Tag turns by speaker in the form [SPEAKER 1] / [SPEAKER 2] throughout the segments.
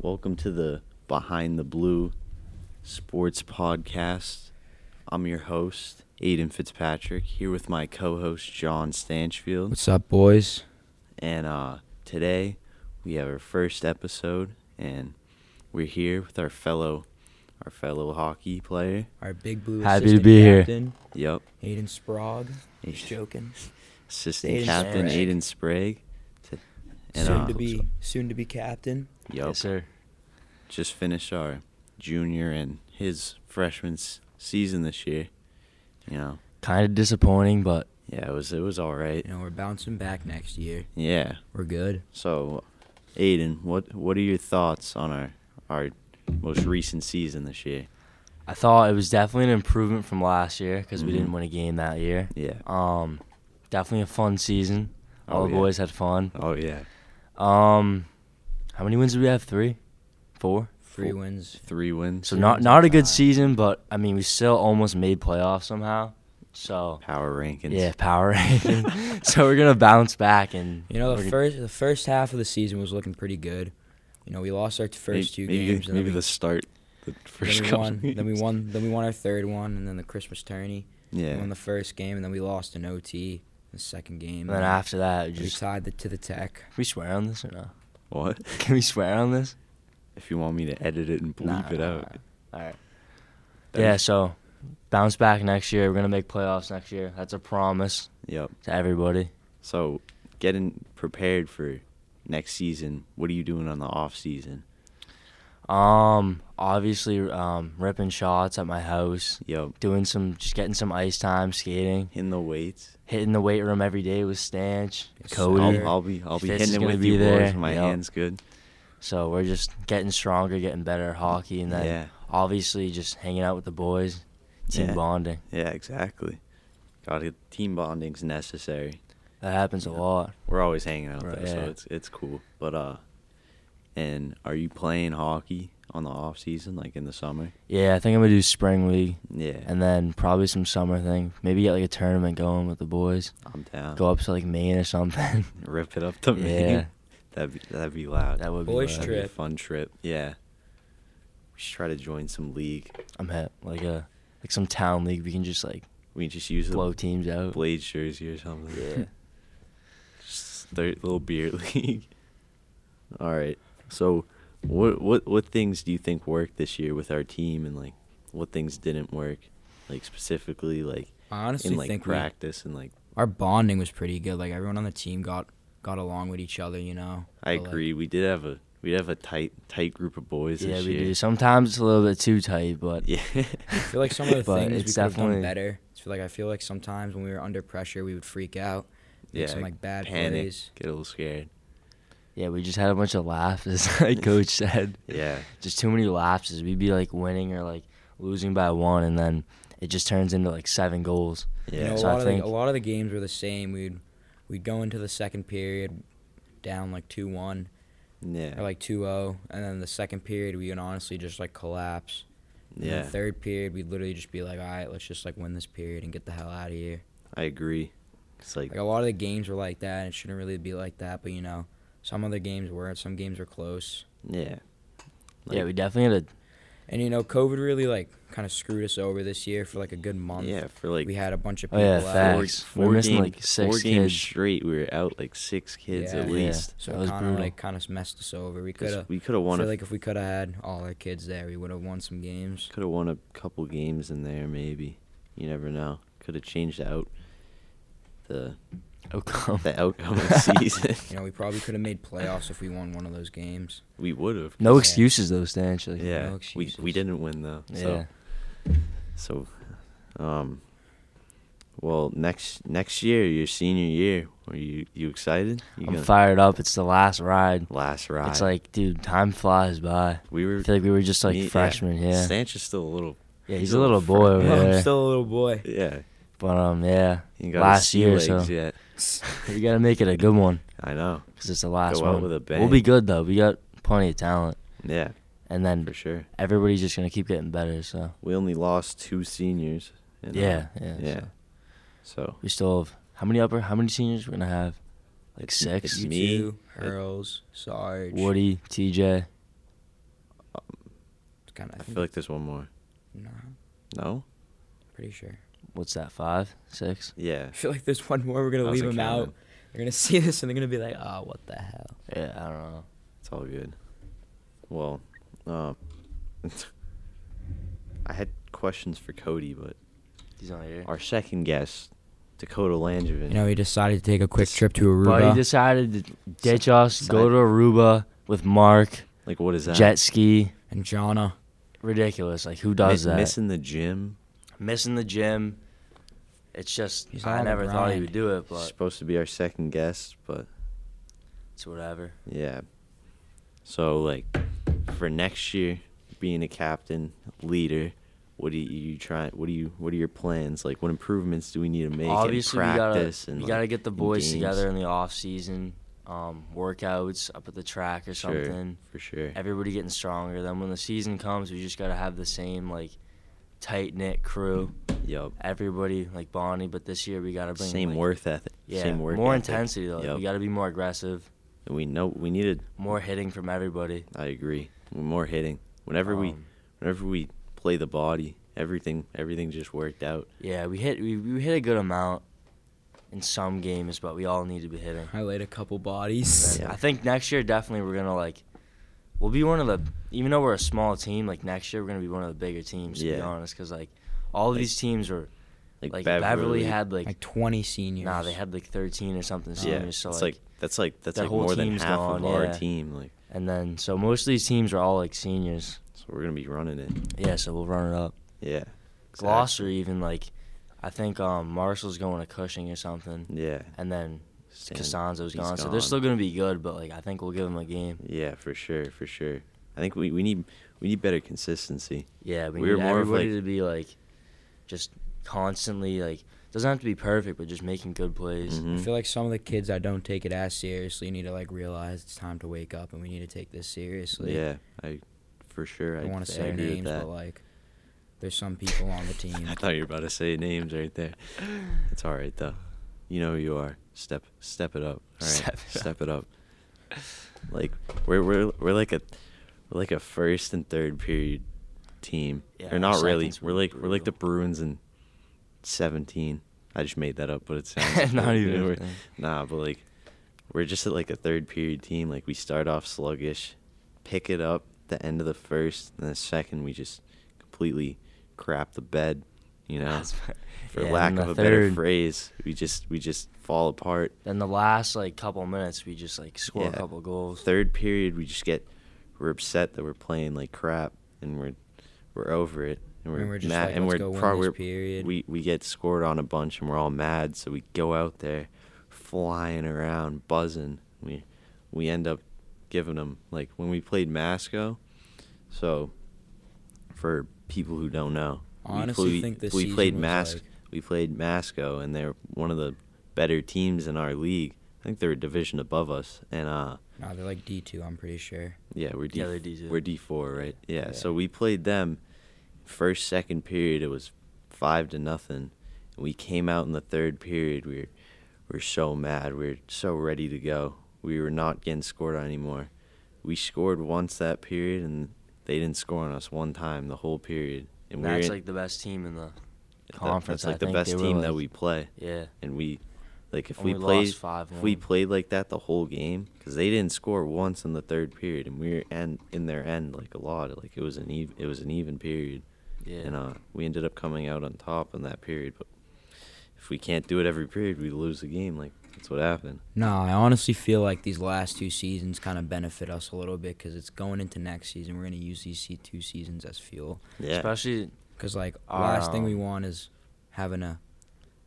[SPEAKER 1] Welcome to the Behind the Blue Sports Podcast. I'm your host, Aiden Fitzpatrick, here with my co host, John Stanchfield.
[SPEAKER 2] What's up, boys?
[SPEAKER 1] And uh, today we have our first episode, and we're here with our fellow. Our fellow hockey player.
[SPEAKER 3] Our big blue
[SPEAKER 2] Happy to
[SPEAKER 3] assistant
[SPEAKER 2] be here.
[SPEAKER 3] captain,
[SPEAKER 1] Yep.
[SPEAKER 3] here. Aiden Sprague. Just
[SPEAKER 1] Aiden-
[SPEAKER 3] joking.
[SPEAKER 1] Assistant
[SPEAKER 3] Aiden
[SPEAKER 1] Captain
[SPEAKER 3] Sprague.
[SPEAKER 1] Aiden Sprague. To-
[SPEAKER 3] soon
[SPEAKER 1] uh,
[SPEAKER 3] to be soon to be captain.
[SPEAKER 1] Yep. Just finished our junior and his freshman s- season this year. You know,
[SPEAKER 2] Kind of disappointing, but
[SPEAKER 1] yeah, it was it was all right.
[SPEAKER 3] You know, we're bouncing back next year.
[SPEAKER 1] Yeah.
[SPEAKER 3] We're good.
[SPEAKER 1] So, Aiden, what what are your thoughts on our our most recent season this year?
[SPEAKER 2] I thought it was definitely an improvement from last year because we didn't
[SPEAKER 1] Mhm.
[SPEAKER 2] win a game that year.
[SPEAKER 1] Yeah.
[SPEAKER 2] Um, definitely a fun season. All
[SPEAKER 1] Oh,
[SPEAKER 2] the
[SPEAKER 1] yeah.
[SPEAKER 2] boys had fun.
[SPEAKER 1] Oh yeah.
[SPEAKER 2] Um, how many wins did we have? Three, four.
[SPEAKER 3] Three
[SPEAKER 1] Four-
[SPEAKER 3] wins.
[SPEAKER 1] Three wins.
[SPEAKER 2] So
[SPEAKER 3] Three
[SPEAKER 2] not
[SPEAKER 3] wins
[SPEAKER 2] not
[SPEAKER 3] on
[SPEAKER 2] a good
[SPEAKER 3] five.
[SPEAKER 2] season, but I mean we still almost made playoffs somehow. So
[SPEAKER 1] power rankings.
[SPEAKER 2] yeah, power ranking. so we're gonna bounce back and
[SPEAKER 3] You know,
[SPEAKER 2] we're
[SPEAKER 3] the
[SPEAKER 2] gonna-
[SPEAKER 3] first the first half of the season was looking pretty good. You know, we lost our
[SPEAKER 1] May-
[SPEAKER 3] first two
[SPEAKER 1] maybe,
[SPEAKER 3] games. and
[SPEAKER 1] Maybe
[SPEAKER 3] then we,
[SPEAKER 1] the start. The first
[SPEAKER 3] then we
[SPEAKER 1] couple
[SPEAKER 3] won. Then we
[SPEAKER 1] games.
[SPEAKER 3] won. Then we won our third one, and then the Christmas tourney.
[SPEAKER 1] Yeah.
[SPEAKER 3] We won the first game, and then we lost an OT. The second game.
[SPEAKER 2] And then after that, we
[SPEAKER 3] we
[SPEAKER 2] just can
[SPEAKER 3] tied the, to the Tech.
[SPEAKER 2] we swear on this or no?
[SPEAKER 1] what?
[SPEAKER 2] Can we swear on this?
[SPEAKER 1] If you want me to edit it and bleep
[SPEAKER 2] Nah,
[SPEAKER 1] it
[SPEAKER 2] nah,
[SPEAKER 1] out.
[SPEAKER 2] nah. All right.
[SPEAKER 1] That
[SPEAKER 2] yeah,
[SPEAKER 1] was-
[SPEAKER 2] so bounce back next year. We're gonna make playoffs next year. That's a promise
[SPEAKER 1] Yep.
[SPEAKER 2] to everybody.
[SPEAKER 1] So, getting prepared for next season. What are you doing on the off season?
[SPEAKER 2] Um, obviously, um, ripping shots at my house,
[SPEAKER 1] Yep.
[SPEAKER 2] doing some, just getting some ice time, skating,
[SPEAKER 1] In the weights.
[SPEAKER 2] hitting the weight room every day with Stanch,
[SPEAKER 3] Yes,
[SPEAKER 2] Cody.
[SPEAKER 1] I'll, I'll be I'll be
[SPEAKER 2] Fitz is
[SPEAKER 1] hitting it
[SPEAKER 2] gonna
[SPEAKER 1] with
[SPEAKER 2] be
[SPEAKER 1] you
[SPEAKER 2] there,
[SPEAKER 1] boys. My
[SPEAKER 2] yep.
[SPEAKER 1] hands good.
[SPEAKER 2] so we're just getting stronger, getting better at hockey, and then
[SPEAKER 1] Yeah.
[SPEAKER 2] obviously just hanging out with the boys, team
[SPEAKER 1] Yeah.
[SPEAKER 2] bonding.
[SPEAKER 1] Yeah, exactly. Got to team bonding's necessary.
[SPEAKER 2] That happens a
[SPEAKER 1] Yeah.
[SPEAKER 2] lot.
[SPEAKER 1] We're always hanging out
[SPEAKER 2] Right,
[SPEAKER 1] though, so
[SPEAKER 2] yeah.
[SPEAKER 1] it's it's cool. But uh, and are you playing hockey on the off season, like in the summer?
[SPEAKER 2] Yeah, I think I'm gonna do spring league,
[SPEAKER 1] Yeah,
[SPEAKER 2] and then probably some summer thing. Maybe get like a tournament going with the boys.
[SPEAKER 1] I'm down.
[SPEAKER 2] Go up to like Maine or something.
[SPEAKER 1] rip it up to me.
[SPEAKER 2] Yeah.
[SPEAKER 1] That'd be, that'd be loud.
[SPEAKER 2] That would be
[SPEAKER 3] Boys
[SPEAKER 2] lit.
[SPEAKER 1] That'd be a
[SPEAKER 3] Trip.
[SPEAKER 1] fun trip. Yeah, we should try to join some league.
[SPEAKER 2] I'm hit. Like a like some town league. We can just like
[SPEAKER 1] We can just use
[SPEAKER 2] blow
[SPEAKER 1] the
[SPEAKER 2] teams out.
[SPEAKER 1] blade jersey or something.
[SPEAKER 2] Yeah.
[SPEAKER 1] Just third little beer league. All right. So, what what what things do you think worked this year with our team, and like what things didn't work, like specifically like
[SPEAKER 3] I honestly
[SPEAKER 1] in like
[SPEAKER 3] think we,
[SPEAKER 1] practice and like
[SPEAKER 3] our bonding was pretty good. Like everyone on the team got got along with each other. You know.
[SPEAKER 1] I
[SPEAKER 3] But, like,
[SPEAKER 1] agree. we did have a we have a tight tight group of boys
[SPEAKER 2] yeah,
[SPEAKER 1] this
[SPEAKER 2] we
[SPEAKER 1] year.
[SPEAKER 2] do. Sometimes it's a little bit too tight, but
[SPEAKER 1] Yeah.
[SPEAKER 3] I feel like some of the
[SPEAKER 2] But
[SPEAKER 3] things we
[SPEAKER 2] it's
[SPEAKER 3] could have done
[SPEAKER 2] definitely-
[SPEAKER 3] better. I feel like I feel like sometimes when we were under pressure, we would freak out, make
[SPEAKER 1] yeah.
[SPEAKER 3] some like bad
[SPEAKER 1] panic,
[SPEAKER 3] plays.
[SPEAKER 1] Get a little scared.
[SPEAKER 2] yeah, we just had a bunch of laughs, like Coach said.
[SPEAKER 1] Yeah.
[SPEAKER 2] Just too many lapses. We'd be like winning or like losing by one, and then it just turns into like seven goals.
[SPEAKER 1] Yeah.
[SPEAKER 3] You know, a
[SPEAKER 2] So I
[SPEAKER 3] lot of the,
[SPEAKER 2] think-
[SPEAKER 3] a lot of the games were the same. We'd we'd go into the second period down like two one
[SPEAKER 1] yeah.
[SPEAKER 3] or like 2-0, and then the second period we would honestly just like collapse. And
[SPEAKER 1] yeah.
[SPEAKER 3] The third period we'd literally just be like, all right, let's just like win this period and get the hell out of here.
[SPEAKER 1] I agree. It's like
[SPEAKER 3] Like oh. a lot of the games were like that, and it shouldn't really be like that. But you know, some other games were, some games were close.
[SPEAKER 1] yeah.
[SPEAKER 2] yeah, we definitely had a
[SPEAKER 3] And you know, COVID really like kind of screwed us over this year for like a good month.
[SPEAKER 1] Yeah, for like
[SPEAKER 3] we had a bunch of
[SPEAKER 2] Oh,
[SPEAKER 3] people
[SPEAKER 2] yeah,
[SPEAKER 3] out.
[SPEAKER 2] facts.
[SPEAKER 1] four,
[SPEAKER 2] Facts.
[SPEAKER 1] four
[SPEAKER 2] We're missing,
[SPEAKER 1] game-
[SPEAKER 2] like, six
[SPEAKER 1] four games
[SPEAKER 2] kids.
[SPEAKER 1] straight. We were out like six kids at
[SPEAKER 3] Yeah.
[SPEAKER 2] Yeah.
[SPEAKER 1] least.
[SPEAKER 3] So
[SPEAKER 2] That was
[SPEAKER 3] it kind of
[SPEAKER 2] brutal.
[SPEAKER 3] like kind of messed us over. We could
[SPEAKER 1] 'Cause
[SPEAKER 3] have.
[SPEAKER 1] we could have
[SPEAKER 3] I
[SPEAKER 1] won
[SPEAKER 3] feel
[SPEAKER 1] a
[SPEAKER 3] like if we could have had all our kids there, we would have won some games.
[SPEAKER 1] could have won a couple games in there maybe. You never know. Could have changed out the
[SPEAKER 2] outcome.
[SPEAKER 1] the outcome of the season.
[SPEAKER 3] You know, we probably could have made playoffs if we won one of those games.
[SPEAKER 1] We would have.
[SPEAKER 2] No
[SPEAKER 3] Yeah.
[SPEAKER 2] excuses though, Stanch. Like,
[SPEAKER 1] Yeah.
[SPEAKER 3] no
[SPEAKER 1] we we
[SPEAKER 3] excuses.
[SPEAKER 1] didn't win though.
[SPEAKER 2] Yeah.
[SPEAKER 1] So so um well next next year, your senior year, are you you excited? You
[SPEAKER 2] I'm
[SPEAKER 1] gonna-
[SPEAKER 2] fired up. It's the last ride.
[SPEAKER 1] Last ride.
[SPEAKER 2] It's like, dude, time flies by.
[SPEAKER 1] we were
[SPEAKER 2] I feel like we were just like
[SPEAKER 1] me- yeah.
[SPEAKER 2] freshmen. Yeah. Yeah,
[SPEAKER 1] Stanch is still a little
[SPEAKER 2] he's a little boy over
[SPEAKER 3] Yeah, I'm
[SPEAKER 2] there.
[SPEAKER 3] still a little boy.
[SPEAKER 1] Yeah.
[SPEAKER 2] But um, yeah,
[SPEAKER 1] You got
[SPEAKER 2] last year, so
[SPEAKER 1] legs yet.
[SPEAKER 2] we gotta make it a good one
[SPEAKER 1] I know.
[SPEAKER 2] because it's the last
[SPEAKER 1] Go out
[SPEAKER 2] one.
[SPEAKER 1] with a
[SPEAKER 2] We'll be
[SPEAKER 1] bang.
[SPEAKER 2] good though. We got plenty of talent,
[SPEAKER 1] Yeah,
[SPEAKER 2] and then
[SPEAKER 1] for sure.
[SPEAKER 2] everybody's just gonna keep getting better. So
[SPEAKER 1] We only lost two seniors. and, uh,
[SPEAKER 2] yeah, yeah,
[SPEAKER 1] yeah.
[SPEAKER 2] so
[SPEAKER 1] So
[SPEAKER 2] we still have how many upper? How many seniors we're gonna have? Like
[SPEAKER 1] It's-
[SPEAKER 2] six.
[SPEAKER 1] it's
[SPEAKER 3] You
[SPEAKER 1] me,
[SPEAKER 3] two,
[SPEAKER 1] uh,
[SPEAKER 3] Hurls, Sarge,
[SPEAKER 2] Woody, TJ,
[SPEAKER 3] kind of.
[SPEAKER 1] I feel like there's one more.
[SPEAKER 3] no,
[SPEAKER 1] No?
[SPEAKER 3] pretty sure.
[SPEAKER 2] What's that? Five, six?
[SPEAKER 1] Yeah.
[SPEAKER 3] I feel like there's one more. We're gonna
[SPEAKER 1] I
[SPEAKER 3] leave
[SPEAKER 1] wasn't
[SPEAKER 3] him out.
[SPEAKER 1] counting.
[SPEAKER 3] They're gonna see this and they're gonna be like, "Oh, what the hell."
[SPEAKER 2] Yeah, I don't know.
[SPEAKER 1] It's all good. Well, uh, I had questions for Cody, but
[SPEAKER 2] He's not here.
[SPEAKER 1] our second guest, Dakota Langevin.
[SPEAKER 3] You know, he decided to take a quick trip to Aruba.
[SPEAKER 2] But he decided to ditch us, go
[SPEAKER 1] side-
[SPEAKER 2] to Aruba with Mark,
[SPEAKER 1] like, what is that?
[SPEAKER 2] jet ski.
[SPEAKER 3] and Jonna.
[SPEAKER 2] Ridiculous. Like, who
[SPEAKER 1] Mi-
[SPEAKER 2] does that?
[SPEAKER 1] Missing the gym.
[SPEAKER 2] Missing the gym. It's just,
[SPEAKER 3] He's on
[SPEAKER 2] I
[SPEAKER 3] the
[SPEAKER 2] never thought he
[SPEAKER 3] grind.
[SPEAKER 2] would do it, but
[SPEAKER 1] Supposed to be our second guest, but
[SPEAKER 2] it's whatever.
[SPEAKER 1] yeah. So like, for next year, being a captain, leader, what do you, you try? What do you? What are your plans? Like, what improvements do we need to make
[SPEAKER 2] Obviously,
[SPEAKER 1] in
[SPEAKER 2] we gotta,
[SPEAKER 1] practice? and
[SPEAKER 2] we
[SPEAKER 1] like,
[SPEAKER 2] gotta get the
[SPEAKER 1] in
[SPEAKER 2] boys
[SPEAKER 1] games?
[SPEAKER 2] together in the off season, um, workouts up at the track or
[SPEAKER 1] Sure,
[SPEAKER 2] something.
[SPEAKER 1] for sure.
[SPEAKER 2] Everybody getting stronger. Then when the season comes, we just gotta have the same like tight knit crew.
[SPEAKER 1] Yup.
[SPEAKER 2] Everybody like Bonnie, but this year we gotta bring
[SPEAKER 1] Same
[SPEAKER 2] like,
[SPEAKER 1] worth ethic.
[SPEAKER 2] Yeah,
[SPEAKER 1] same work
[SPEAKER 2] more
[SPEAKER 1] ethic.
[SPEAKER 2] intensity though. Like,
[SPEAKER 1] Yup.
[SPEAKER 2] We gotta be more aggressive,
[SPEAKER 1] We know we needed.
[SPEAKER 2] more hitting from everybody.
[SPEAKER 1] I agree. More hitting. Whenever we,
[SPEAKER 2] Um,
[SPEAKER 1] whenever we play the body, everything, everything just worked out.
[SPEAKER 2] Yeah, we hit we, we hit a good amount in some games, but we all need to be hitting.
[SPEAKER 3] I laid a couple bodies.
[SPEAKER 1] Yeah.
[SPEAKER 2] I think next year definitely we're gonna like we'll be one of the even though we're a small team like next year we're gonna be one of the bigger teams to be
[SPEAKER 1] Yeah.
[SPEAKER 2] honest because like all of
[SPEAKER 1] Like-
[SPEAKER 2] these teams were
[SPEAKER 1] Like,
[SPEAKER 2] like Beverly,
[SPEAKER 1] Beverly,
[SPEAKER 2] had like,
[SPEAKER 3] Like 20 seniors.
[SPEAKER 2] nah they had like thirteen or something
[SPEAKER 1] Yeah,
[SPEAKER 2] seniors so
[SPEAKER 1] it's
[SPEAKER 2] like,
[SPEAKER 1] like that's like that's
[SPEAKER 2] that
[SPEAKER 1] like
[SPEAKER 2] whole
[SPEAKER 1] more than
[SPEAKER 2] team's
[SPEAKER 1] half of
[SPEAKER 2] gone,
[SPEAKER 1] our
[SPEAKER 2] yeah.
[SPEAKER 1] team. Like,
[SPEAKER 2] and then so most of these teams are all like seniors
[SPEAKER 1] so we're gonna be running it.
[SPEAKER 2] yeah so we'll run it up
[SPEAKER 1] Yeah. exactly.
[SPEAKER 2] Gloucester even like I think um Marshall's going to Cushing or something
[SPEAKER 1] Yeah.
[SPEAKER 2] and then
[SPEAKER 1] Stan-
[SPEAKER 2] Costanzo's
[SPEAKER 1] he's
[SPEAKER 2] gone, so they're still gonna be good but like I think we'll give them a game
[SPEAKER 1] Yeah, for sure, for sure. I think we, we need we need better consistency.
[SPEAKER 2] Yeah, we
[SPEAKER 1] We were
[SPEAKER 2] need
[SPEAKER 1] more of,
[SPEAKER 2] everybody
[SPEAKER 1] like-
[SPEAKER 2] to be like, just constantly like doesn't have to be perfect, but just making good plays.
[SPEAKER 1] Mhm.
[SPEAKER 3] I feel like some of the kids that don't take it as seriously need to like realize it's time to wake up and we need to take this seriously.
[SPEAKER 1] Yeah, I for sure.
[SPEAKER 3] I
[SPEAKER 1] I,
[SPEAKER 3] don't want to
[SPEAKER 1] I
[SPEAKER 3] say
[SPEAKER 1] agree with
[SPEAKER 3] names,
[SPEAKER 1] that.
[SPEAKER 3] but like, there's some people on the team.
[SPEAKER 1] I thought you were about to say names right there. It's all right though. You know who you are. Step step it up. All right.
[SPEAKER 2] Step
[SPEAKER 1] Step,
[SPEAKER 2] it
[SPEAKER 1] it up. Like we're we're we're like a we're like a first and third period team.
[SPEAKER 2] Yeah,
[SPEAKER 1] or not
[SPEAKER 2] our
[SPEAKER 1] really.
[SPEAKER 2] seconds
[SPEAKER 1] We're
[SPEAKER 2] were
[SPEAKER 1] like we're like the
[SPEAKER 2] brutal.
[SPEAKER 1] Bruins in 17. I just made that up, but it sounds
[SPEAKER 2] Not even a
[SPEAKER 1] we're-
[SPEAKER 2] thing.
[SPEAKER 1] Nah, but like we're just at like a third period team. Like we start off sluggish, pick it up the end of the first, and the second we just completely crap the bed, you know.
[SPEAKER 2] That's fair.
[SPEAKER 1] For
[SPEAKER 2] Yeah,
[SPEAKER 1] lack
[SPEAKER 2] and
[SPEAKER 1] of
[SPEAKER 2] the
[SPEAKER 1] a better
[SPEAKER 2] third-
[SPEAKER 1] phrase, we just we just fall apart.
[SPEAKER 2] Then the last like couple minutes, we just like score a
[SPEAKER 1] Yeah.
[SPEAKER 2] couple goals.
[SPEAKER 1] Third period, we just get we're upset that we're playing like crap, and we're we're over it, and we're,
[SPEAKER 3] And we're just
[SPEAKER 1] mad,
[SPEAKER 3] like,
[SPEAKER 1] and
[SPEAKER 3] "Let's
[SPEAKER 1] we're
[SPEAKER 3] go win
[SPEAKER 1] pro-
[SPEAKER 3] this
[SPEAKER 1] we're-
[SPEAKER 3] period."
[SPEAKER 1] We we get scored on a bunch, and we're all mad. So we go out there, flying around, buzzing. We we end up giving them like when we played Masco. So for people who don't know,
[SPEAKER 3] Honestly,
[SPEAKER 1] we, play-
[SPEAKER 3] think this
[SPEAKER 1] we
[SPEAKER 3] season
[SPEAKER 1] played
[SPEAKER 3] was,
[SPEAKER 1] Mas-
[SPEAKER 3] like-
[SPEAKER 1] we played Masco, and they're one of the better teams in our league. I think they're a division above us, and uh,
[SPEAKER 3] no, they're like D2, I'm pretty sure.
[SPEAKER 1] yeah, we're D,
[SPEAKER 2] Yeah, they're D2.
[SPEAKER 1] we're D four, right? Yeah,
[SPEAKER 2] Yeah.
[SPEAKER 1] So we played them. First, second period, it was five to nothing. And we came out in the third period. We were, we were so mad. We were so ready to go. We were not getting scored on anymore. We scored once that period, and they didn't score on us one time the whole period. And we
[SPEAKER 2] That's
[SPEAKER 1] were,
[SPEAKER 2] like the best team in the
[SPEAKER 1] that-
[SPEAKER 2] conference.
[SPEAKER 1] That's like
[SPEAKER 2] I
[SPEAKER 1] the
[SPEAKER 2] think.
[SPEAKER 1] best
[SPEAKER 2] They were,
[SPEAKER 1] team that
[SPEAKER 2] like-
[SPEAKER 1] we play,
[SPEAKER 2] Yeah,
[SPEAKER 1] and we like if
[SPEAKER 2] Only
[SPEAKER 1] we
[SPEAKER 2] lost
[SPEAKER 1] played if we
[SPEAKER 2] 5-1.
[SPEAKER 1] played like that the whole game because they didn't score once in the third period, and we were end in their end like a lot. Like it was an even it was an even period,
[SPEAKER 2] yeah.
[SPEAKER 1] and uh, we ended up coming out on top in that period. But if we can't do it every period, we lose the game. Like that's what happened.
[SPEAKER 3] No, I honestly feel like these last two seasons kind of benefit us a little bit because it's going into next season. We're going to use these se- two seasons as fuel.
[SPEAKER 1] Yeah,
[SPEAKER 2] Especially
[SPEAKER 3] Because, like,
[SPEAKER 2] Our,
[SPEAKER 3] last thing we
[SPEAKER 2] um,
[SPEAKER 3] want is having a.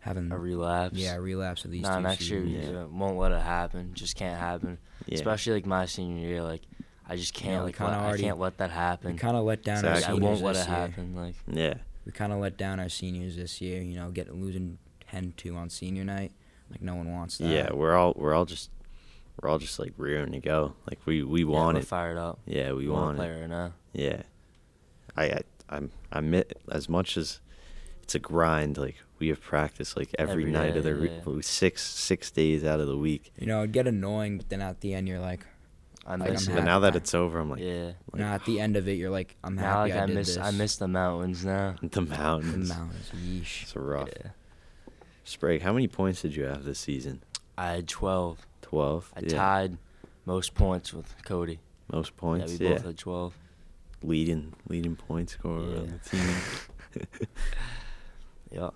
[SPEAKER 3] Having
[SPEAKER 2] a relapse.
[SPEAKER 3] Yeah, a relapse of these
[SPEAKER 2] Nah,
[SPEAKER 3] two
[SPEAKER 2] next year
[SPEAKER 3] seasons.
[SPEAKER 2] we
[SPEAKER 1] Yeah.
[SPEAKER 2] won't let it happen. Just can't happen.
[SPEAKER 1] Yeah.
[SPEAKER 2] Especially like my senior year, like I just
[SPEAKER 3] Yeah,
[SPEAKER 2] can't
[SPEAKER 3] we
[SPEAKER 2] like
[SPEAKER 3] kinda
[SPEAKER 2] let, I
[SPEAKER 3] already-
[SPEAKER 2] can't let that happen.
[SPEAKER 3] We kind of let down
[SPEAKER 2] Like,
[SPEAKER 1] Exactly.
[SPEAKER 2] I
[SPEAKER 3] our seniors
[SPEAKER 2] won't let
[SPEAKER 3] this
[SPEAKER 2] it
[SPEAKER 3] year.
[SPEAKER 2] happen. Like
[SPEAKER 1] yeah,
[SPEAKER 3] We kind of let down our seniors this year. You know, getting losing 10-2 on senior night. Like no one wants
[SPEAKER 2] uh,
[SPEAKER 3] that.
[SPEAKER 1] yeah. We're all we're all just we're all just like rearing to go. Like we we
[SPEAKER 2] yeah,
[SPEAKER 1] want
[SPEAKER 2] we're
[SPEAKER 1] it.
[SPEAKER 2] fired up.
[SPEAKER 1] Yeah, we
[SPEAKER 2] wanna
[SPEAKER 1] want it.
[SPEAKER 2] play right now.
[SPEAKER 1] Yeah, I, I I'm I mi as much as it's a grind. Like we have practice like every,
[SPEAKER 2] Every
[SPEAKER 1] night of
[SPEAKER 2] day,
[SPEAKER 1] the re-
[SPEAKER 2] yeah.
[SPEAKER 1] six six days out of the week.
[SPEAKER 3] You know, it'd get annoying, but then at the end you're like,
[SPEAKER 2] I
[SPEAKER 3] Like,
[SPEAKER 2] miss
[SPEAKER 3] I'm
[SPEAKER 2] it.
[SPEAKER 1] but now that
[SPEAKER 3] happy.
[SPEAKER 1] it's over, I'm like,
[SPEAKER 2] yeah.
[SPEAKER 1] like,
[SPEAKER 3] now at the end of it, you're like, I'm
[SPEAKER 2] Now
[SPEAKER 3] happy
[SPEAKER 2] like
[SPEAKER 3] I,
[SPEAKER 2] I,
[SPEAKER 3] did
[SPEAKER 2] miss
[SPEAKER 3] this.
[SPEAKER 2] I miss the mountains now.
[SPEAKER 1] the
[SPEAKER 3] the
[SPEAKER 1] mountains.
[SPEAKER 3] mountains. Yeesh.
[SPEAKER 1] It's rough.
[SPEAKER 2] Yeah.
[SPEAKER 1] Sprague, how many points did you have this season?
[SPEAKER 2] I had 12.
[SPEAKER 1] Twelve.
[SPEAKER 2] I tied most points with Cody.
[SPEAKER 1] most points.
[SPEAKER 2] yeah, we
[SPEAKER 1] Yeah,
[SPEAKER 2] both had 12.
[SPEAKER 1] leading leading point scorer on
[SPEAKER 2] Yeah.
[SPEAKER 1] the team.
[SPEAKER 2] Yeah.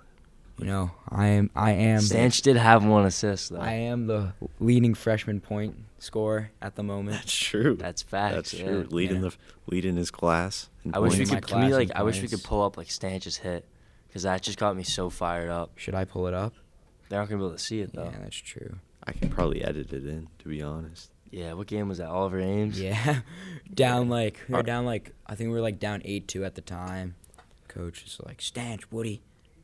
[SPEAKER 3] You know, I am. I am.
[SPEAKER 2] Stanch did have one assist though.
[SPEAKER 3] I am the leading freshman point scorer at the moment.
[SPEAKER 1] That's true.
[SPEAKER 2] That's facts.
[SPEAKER 1] That's
[SPEAKER 2] yeah.
[SPEAKER 1] true. Leading
[SPEAKER 3] Yeah.
[SPEAKER 1] the leading his class. in
[SPEAKER 2] I wish we
[SPEAKER 1] points.
[SPEAKER 3] Leading my
[SPEAKER 2] could. Can we
[SPEAKER 3] class
[SPEAKER 2] like?
[SPEAKER 3] in
[SPEAKER 2] I wish we could
[SPEAKER 3] points.
[SPEAKER 2] pull up like Stanch's hit, because that just got me so fired up.
[SPEAKER 3] Should I pull it up?
[SPEAKER 2] They're not gonna be able to see it though.
[SPEAKER 3] Yeah, that's true.
[SPEAKER 1] I can probably edit it in, to be honest.
[SPEAKER 2] Yeah. What game was that? Oliver Ames.
[SPEAKER 3] Yeah, down like we
[SPEAKER 1] Are-
[SPEAKER 3] were down like I think we were like down eight two at the time. Coach is like, Stanch, Woody,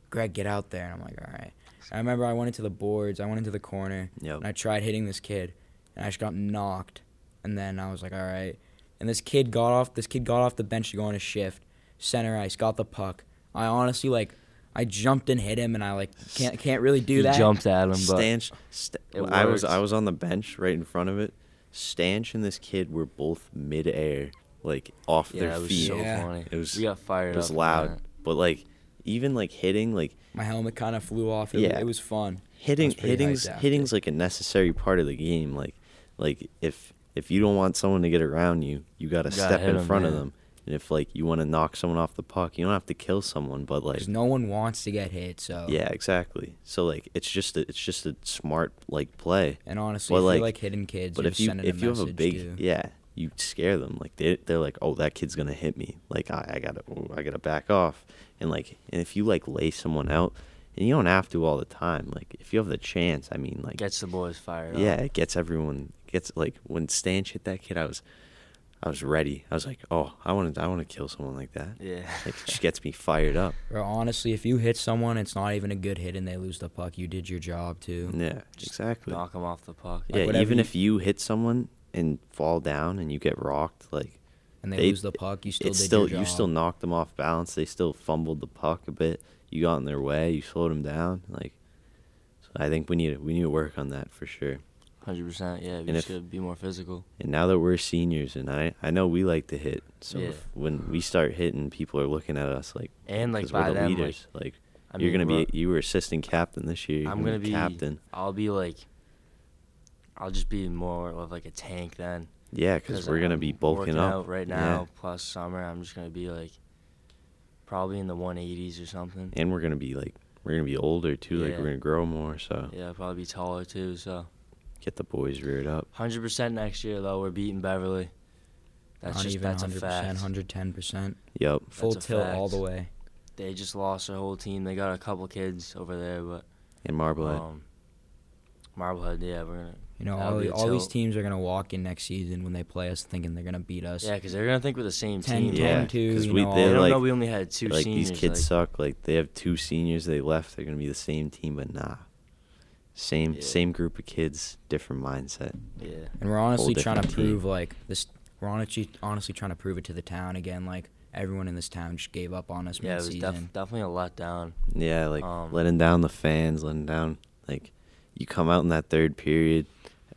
[SPEAKER 3] Greg, get out there, and I'm like, all right. I remember I went into the boards, I went into the corner,
[SPEAKER 1] Yep.
[SPEAKER 3] and I tried hitting this kid, and I just got knocked, and then I was like, all right. And this kid got off. This kid got off the bench to go on a shift, center ice, got the puck. I honestly like, I jumped and hit him, and I like can't can't really do
[SPEAKER 2] he
[SPEAKER 3] that.
[SPEAKER 2] jumped at him, but
[SPEAKER 1] Stanch. St-
[SPEAKER 2] It
[SPEAKER 1] I was
[SPEAKER 2] works.
[SPEAKER 1] I was on the bench right in front of it. Stanch and this kid were both midair, like off
[SPEAKER 2] yeah,
[SPEAKER 1] their
[SPEAKER 2] it was
[SPEAKER 1] feet.
[SPEAKER 2] so
[SPEAKER 3] Yeah.
[SPEAKER 2] funny.
[SPEAKER 1] It was-
[SPEAKER 2] We got fired
[SPEAKER 1] It
[SPEAKER 2] up.
[SPEAKER 1] was
[SPEAKER 2] from
[SPEAKER 1] loud,
[SPEAKER 2] that.
[SPEAKER 1] but like even like hitting, like
[SPEAKER 3] My helmet kind of flew off. It, yeah.
[SPEAKER 1] Yeah.
[SPEAKER 3] was, it was fun.
[SPEAKER 1] hitting
[SPEAKER 3] was pretty
[SPEAKER 1] hitting's
[SPEAKER 3] hyped after.
[SPEAKER 1] hitting's like a necessary part of the game like like if if you don't want someone to get around you you got to
[SPEAKER 2] You gotta
[SPEAKER 1] step
[SPEAKER 2] hit
[SPEAKER 1] in
[SPEAKER 2] 'em,
[SPEAKER 1] front of
[SPEAKER 2] yeah.
[SPEAKER 1] them and if like you want to knock someone off the puck you don't have to kill someone but like
[SPEAKER 3] Because no one wants to get hit, so
[SPEAKER 1] yeah exactly so like it's just a, it's just a smart like play
[SPEAKER 3] And honestly,
[SPEAKER 1] Well,
[SPEAKER 3] if
[SPEAKER 1] like-
[SPEAKER 3] you like hitting kids,
[SPEAKER 1] but
[SPEAKER 3] you're
[SPEAKER 1] if you
[SPEAKER 3] sending
[SPEAKER 1] if
[SPEAKER 3] a
[SPEAKER 1] you have a
[SPEAKER 3] message,
[SPEAKER 1] big
[SPEAKER 3] too.
[SPEAKER 1] yeah you scare them like they, they're like oh that kid's gonna hit me like i, I gotta oh, i gotta back off and like and if you like lay someone out and you don't have to all the time like if you have the chance i mean like
[SPEAKER 2] Gets the boys fired
[SPEAKER 1] yeah,
[SPEAKER 2] up.
[SPEAKER 1] it gets everyone gets like when Stanch hit that kid, I was I was ready. I was like, oh, I want to I want to kill someone like that.
[SPEAKER 2] Yeah.
[SPEAKER 1] Like it just gets me fired up.
[SPEAKER 3] Bro, honestly, if you hit someone, it's not even a good hit, and they lose the puck. You did your job too.
[SPEAKER 1] Yeah,
[SPEAKER 2] Just
[SPEAKER 1] exactly.
[SPEAKER 2] Knock him off the puck.
[SPEAKER 1] yeah,
[SPEAKER 3] whatever
[SPEAKER 1] even
[SPEAKER 3] you-
[SPEAKER 1] if you hit someone and fall down and you get rocked, like
[SPEAKER 3] And they,
[SPEAKER 1] They-
[SPEAKER 3] lose the puck. You still
[SPEAKER 1] it's
[SPEAKER 3] did
[SPEAKER 1] still
[SPEAKER 3] your job.
[SPEAKER 1] you still knocked them off balance. They still fumbled the puck a bit. You got in their way. You slowed them down. Like, so I think we need to- we need to work on that for sure.
[SPEAKER 2] Hundred percent. Yeah. We
[SPEAKER 1] And
[SPEAKER 2] just
[SPEAKER 1] if-
[SPEAKER 2] gotta be more physical.
[SPEAKER 1] And now that we're seniors, and I, I know we like to hit. So
[SPEAKER 2] Yeah.
[SPEAKER 1] if, when we start hitting, people are looking at us like,
[SPEAKER 2] And, like,
[SPEAKER 1] 'cause we're
[SPEAKER 2] by
[SPEAKER 1] the
[SPEAKER 2] then, like,
[SPEAKER 1] leaders. Like,
[SPEAKER 2] I
[SPEAKER 1] you're
[SPEAKER 2] mean,
[SPEAKER 1] gonna
[SPEAKER 2] we're-
[SPEAKER 1] be, you were assistant captain this year. You're
[SPEAKER 2] I'm gonna be
[SPEAKER 1] captain.
[SPEAKER 2] I'll be like. I'll just be more of like a tank then.
[SPEAKER 1] Yeah, because we're gonna be
[SPEAKER 2] I'm
[SPEAKER 1] bulking
[SPEAKER 2] working
[SPEAKER 1] up
[SPEAKER 2] out right
[SPEAKER 1] Yeah.
[SPEAKER 2] now. Plus summer, I'm just gonna be like probably in the 180s or something.
[SPEAKER 1] and we're gonna be like, we're gonna be older too. Like
[SPEAKER 2] Yeah.
[SPEAKER 1] we're gonna grow more. So
[SPEAKER 2] Yeah, I'll probably be taller too. So
[SPEAKER 1] get the boys reared up.
[SPEAKER 2] 100% next year though, we're beating Beverly. That's
[SPEAKER 3] not
[SPEAKER 2] just
[SPEAKER 3] even
[SPEAKER 2] that's
[SPEAKER 3] 100%,
[SPEAKER 2] a fact.
[SPEAKER 3] 110%.
[SPEAKER 1] Yep.
[SPEAKER 3] Full
[SPEAKER 2] a
[SPEAKER 3] tilt all
[SPEAKER 2] fact.
[SPEAKER 3] the way.
[SPEAKER 2] They just lost their whole team. They got a couple kids over there, but
[SPEAKER 1] And Marblehead.
[SPEAKER 2] um, Marblehead, yeah, we're gonna
[SPEAKER 3] You know,
[SPEAKER 2] That'll
[SPEAKER 3] all,
[SPEAKER 2] be
[SPEAKER 3] the-
[SPEAKER 2] a
[SPEAKER 3] all these
[SPEAKER 2] tilt.
[SPEAKER 3] teams are going to walk in next season when they play us thinking they're going to beat us.
[SPEAKER 2] yeah, because they're gonna think we're the same
[SPEAKER 3] 10,
[SPEAKER 2] team.
[SPEAKER 1] yeah,
[SPEAKER 3] 10 too,
[SPEAKER 1] because
[SPEAKER 3] you
[SPEAKER 1] we
[SPEAKER 3] know,
[SPEAKER 2] They
[SPEAKER 1] they
[SPEAKER 3] all-
[SPEAKER 2] don't
[SPEAKER 1] like
[SPEAKER 2] know we only had two
[SPEAKER 1] like
[SPEAKER 2] seniors.
[SPEAKER 1] these kids
[SPEAKER 2] like,
[SPEAKER 1] suck. Like they have two seniors they left. They're gonna be the same team, but nah. Same
[SPEAKER 2] Yeah.
[SPEAKER 1] same group of kids, different mindset.
[SPEAKER 2] Yeah,
[SPEAKER 3] And we're honestly trying to
[SPEAKER 1] different team.
[SPEAKER 3] prove like this. We're honestly honestly trying to prove it to the town again. Like everyone in this town just gave up on us
[SPEAKER 2] yeah, it was
[SPEAKER 3] mid-season.
[SPEAKER 2] def- definitely a letdown.
[SPEAKER 1] Yeah, like
[SPEAKER 2] Um,
[SPEAKER 1] letting down the fans, letting down like you come out in that third period,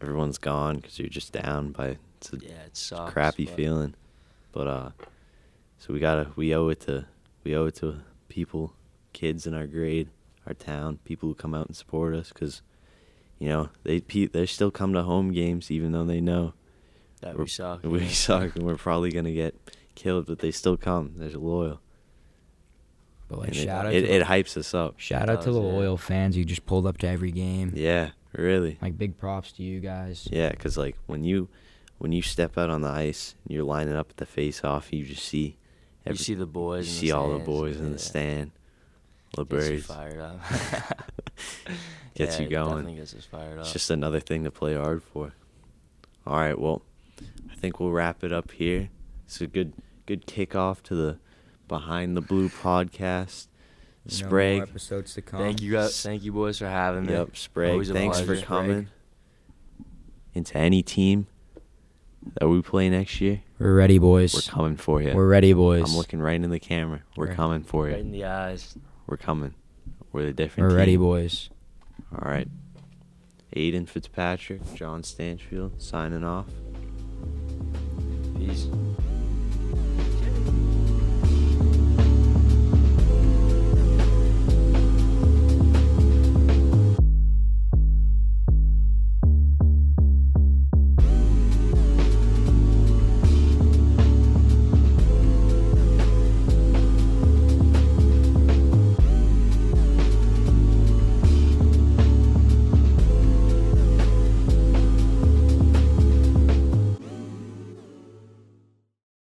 [SPEAKER 1] everyone's gone because you're just down by it's a
[SPEAKER 2] Yeah, it sucks.
[SPEAKER 1] crappy
[SPEAKER 2] but-
[SPEAKER 1] feeling. But uh, so we gotta we owe it to we owe it to people, kids in our grade, our town, people who come out and support us because you know they pe- they still come to home games even though they know
[SPEAKER 2] That
[SPEAKER 1] we're-
[SPEAKER 2] we suck.
[SPEAKER 1] we
[SPEAKER 2] yeah.
[SPEAKER 1] suck and we're probably gonna get killed, but they still come. They're loyal.
[SPEAKER 3] But like
[SPEAKER 1] And
[SPEAKER 3] shout
[SPEAKER 1] it,
[SPEAKER 3] out
[SPEAKER 1] it,
[SPEAKER 3] to
[SPEAKER 1] it hypes us up.
[SPEAKER 3] shout out to
[SPEAKER 2] does,
[SPEAKER 3] the
[SPEAKER 2] yeah.
[SPEAKER 3] loyal fans who just pulled up to every
[SPEAKER 2] Mm.
[SPEAKER 3] game.
[SPEAKER 1] Yeah, really.
[SPEAKER 3] Like big props to you guys.
[SPEAKER 1] Yeah, because like when you when you step out on the ice and you're lining up at the face off, you just see
[SPEAKER 2] You see the boys.
[SPEAKER 1] you
[SPEAKER 2] in
[SPEAKER 1] see all the
[SPEAKER 2] stands,
[SPEAKER 1] boys in
[SPEAKER 2] yeah.
[SPEAKER 1] the stand, the
[SPEAKER 2] Gets you
[SPEAKER 1] birds.
[SPEAKER 2] fired up.
[SPEAKER 1] Gets
[SPEAKER 2] Yeah,
[SPEAKER 1] you
[SPEAKER 2] it
[SPEAKER 1] going.
[SPEAKER 2] Definitely gets us fired up.
[SPEAKER 1] It's just another thing to play hard for. All right, well, I think we'll wrap it up here. It's a good good kickoff to the Behind the Blue podcast.
[SPEAKER 3] You know, more
[SPEAKER 1] Sprague,
[SPEAKER 3] episodes to come.
[SPEAKER 2] thank you guys. Thank you boys for having me.
[SPEAKER 1] Yep, Sprague.
[SPEAKER 2] Always a
[SPEAKER 1] Thanks for
[SPEAKER 2] pleasure.
[SPEAKER 1] coming. And to any team that we play next year,
[SPEAKER 3] We're ready, boys.
[SPEAKER 1] we're coming for you.
[SPEAKER 3] We're ready, boys.
[SPEAKER 1] I'm looking right in the camera. We're
[SPEAKER 3] Right.
[SPEAKER 1] coming for
[SPEAKER 2] Right in
[SPEAKER 1] you.
[SPEAKER 2] the eyes.
[SPEAKER 1] We're coming. We're the different.
[SPEAKER 3] We're ready,
[SPEAKER 1] team.
[SPEAKER 3] boys.
[SPEAKER 1] All right. Aiden Fitzpatrick, John Stanchfield, signing off.
[SPEAKER 2] Peace.